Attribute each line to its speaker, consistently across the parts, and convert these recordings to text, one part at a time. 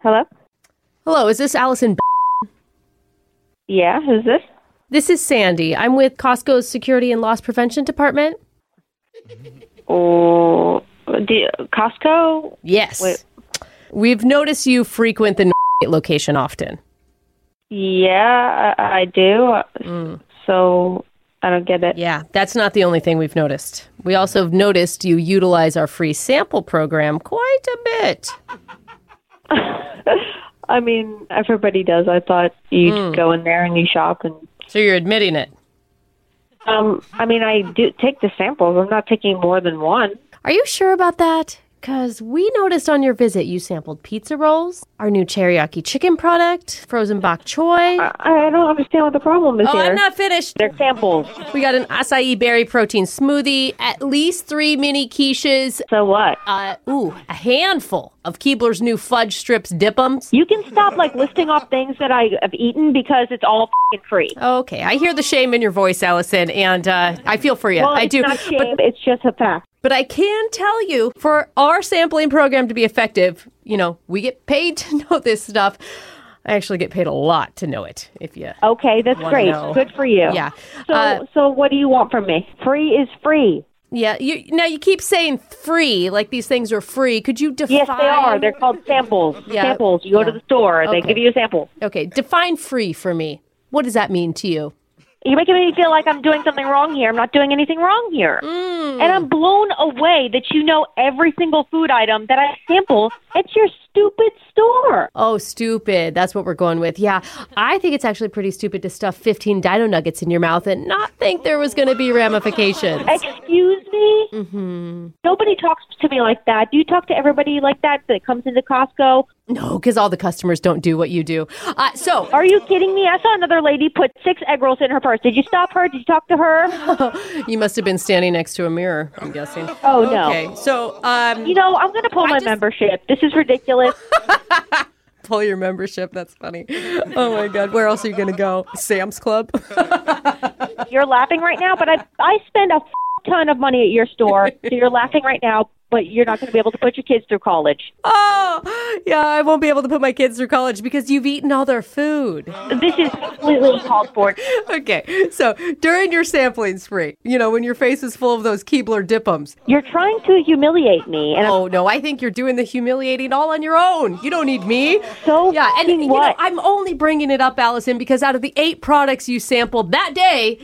Speaker 1: Hello?
Speaker 2: Hello, is this Allison?
Speaker 1: Yeah, who's this?
Speaker 2: This is Sandy. I'm with Costco's Security and Loss Prevention Department.
Speaker 1: Oh, do, Costco?
Speaker 2: Yes.
Speaker 1: Wait.
Speaker 2: We've noticed you frequent the location often.
Speaker 1: Yeah, I, I do. So I don't get it.
Speaker 2: Mm. Yeah, that's not the only thing we've noticed. We also have noticed you utilize our free sample program quite a bit.
Speaker 1: I mean, everybody does. I thought you'd
Speaker 2: Mm.
Speaker 1: go in there and you shop and.
Speaker 2: So you're admitting it.
Speaker 1: Um, I mean, I do take the samples. I'm not taking more than one.
Speaker 2: Are you sure about that? Because we noticed on your visit you sampled pizza rolls, our new teriyaki chicken product, frozen bok choy.
Speaker 1: I, I don't understand what the problem is
Speaker 2: oh,
Speaker 1: Uh, here.
Speaker 2: I'm not finished.
Speaker 1: They're samples.
Speaker 2: We got an acai berry protein smoothie, at least three mini quiches,
Speaker 1: So what?
Speaker 2: uh, ooh, a handful of Keebler's new fudge strips dip'ems.
Speaker 1: You can stop like listing off things that I have eaten because it's all fing free.
Speaker 2: Okay, I hear the shame in your voice, Allison, and uh, I feel for you.
Speaker 1: Well,
Speaker 2: I
Speaker 1: it's
Speaker 2: do.
Speaker 1: Not shame,
Speaker 2: But,
Speaker 1: it's just a fact.
Speaker 2: but I can tell you, for our sampling program to be effective, you know, we get paid to know this stuff. I actually get paid a lot to know it, if you.
Speaker 1: Okay, that's great.
Speaker 2: know.
Speaker 1: Good for you.
Speaker 2: Yeah.
Speaker 1: Oh, So,
Speaker 2: Uh,
Speaker 1: so what do you want from me? Free is free.
Speaker 2: Yeah, you, now you keep saying free, like these things are free. Could you define?
Speaker 1: Yes, they are. They're called samples.
Speaker 2: Yeah.
Speaker 1: Samples. You go to
Speaker 2: Yeah.
Speaker 1: the store,
Speaker 2: Okay.
Speaker 1: they give you a sample.
Speaker 2: Okay, define free for me. What does that mean to you?
Speaker 1: You're making me feel like I'm doing something wrong here. I'm not doing anything wrong here.
Speaker 2: Mm.
Speaker 1: And I'm blown away that you know every single food item that I sample at your stupid store.
Speaker 2: Oh, stupid. That's what we're going with. Yeah. I think it's actually pretty stupid to stuff 15 dino nuggets in your mouth and not think there was going to be ramifications.
Speaker 1: Excuse me? Mm-hmm. Nobody talks to me like that. Do you talk to everybody like that that comes into Costco?
Speaker 2: No, because all the customers don't do what you do. Uh, so,
Speaker 1: Are you kidding me? I saw another lady put six egg rolls in her purse. Did you stop her? Did you talk to her?
Speaker 2: you must have been standing next to a mirror, I'm guessing.
Speaker 1: Oh, no.
Speaker 2: Okay. So, um,
Speaker 1: You know, I'm going to pull my
Speaker 2: just-
Speaker 1: membership. This is ridiculous.
Speaker 2: pull your membership. That's funny. Oh, my God. Where else are you going to go? Sam's Club?
Speaker 1: you're laughing right now, but I I spend a f- ton of money at your store. So you're laughing right now, but you're not going to be able to put your kids through college.
Speaker 2: oh, yeah. I won't be able to put my kids through college because you've eaten all their food.
Speaker 1: This is completely called for.
Speaker 2: Okay. So, during your sampling spree, you know, when your face is full of those Keebler dipums,
Speaker 1: You're trying to humiliate me, and I'm
Speaker 2: Oh no, I think you're doing the humiliating all on your own. You don't need me.
Speaker 1: so
Speaker 2: Yeah, and
Speaker 1: f***ing
Speaker 2: you know,
Speaker 1: what?
Speaker 2: I'm only bringing it up, Allison, because out of the eight products you sampled that day,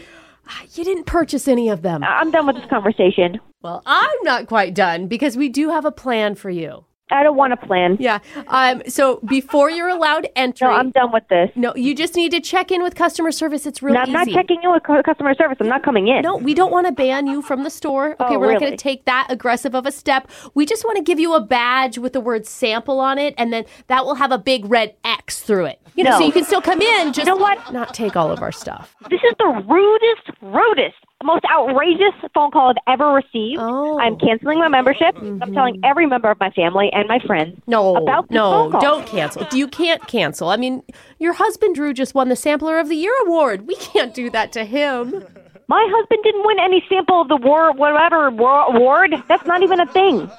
Speaker 2: ah, you didn't purchase any of them.
Speaker 1: I'm done with this conversation.
Speaker 2: Well, I'm not quite done because we do have a plan for you.
Speaker 1: I don't want a plan.
Speaker 2: Yeah. Um. So before you're allowed entry,
Speaker 1: No, I'm done with this.
Speaker 2: no, you just need to check in with customer service. It's real
Speaker 1: No, I'm
Speaker 2: easy.
Speaker 1: not checking in with cu- customer service. I'm not coming in.
Speaker 2: No, we don't want to ban you from the store. Okay,
Speaker 1: Oh,
Speaker 2: we're not going
Speaker 1: really?
Speaker 2: to take that aggressive of a step. We just want to give you a badge with the word sample on it, and then that will have a big red X through it. You know,
Speaker 1: No.
Speaker 2: so you can still come in, just
Speaker 1: know what?
Speaker 2: not take all of our stuff.
Speaker 1: This is the rudest, rudest, most outrageous phone call I've ever received.
Speaker 2: Oh.
Speaker 1: I'm canceling my membership. I'm telling every member of my family and my friends.
Speaker 2: No,
Speaker 1: About this
Speaker 2: no,
Speaker 1: phone call.
Speaker 2: don't cancel. You can't cancel. I mean, your husband Drew just won the Sampler of the Year award. We can't do that to him.
Speaker 1: My husband didn't win any sample of the war, whatever war, award. That's not even a thing.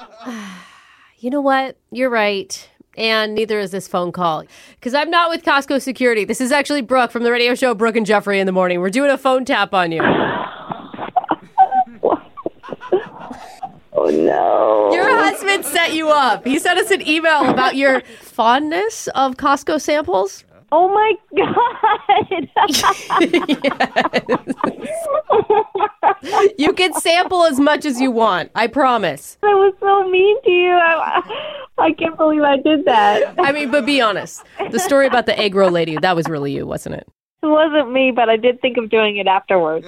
Speaker 2: You know what? You're right. And neither is this phone call. Because I'm not with Costco Security. This is actually Brooke from the radio show Brooke and Jeffrey in the Morning. We're doing a phone tap on you.
Speaker 1: Oh no.
Speaker 2: Your husband set you up. He sent us an email about your fondness of Costco samples.
Speaker 1: Oh my god.
Speaker 2: You can sample as much as you want. I promise.
Speaker 1: I was so mean to you. I, I can't believe I did that.
Speaker 2: I mean, but be honest. The story about the egg roll lady, that was really you, wasn't it?
Speaker 1: It wasn't me, but I did think of doing it afterwards.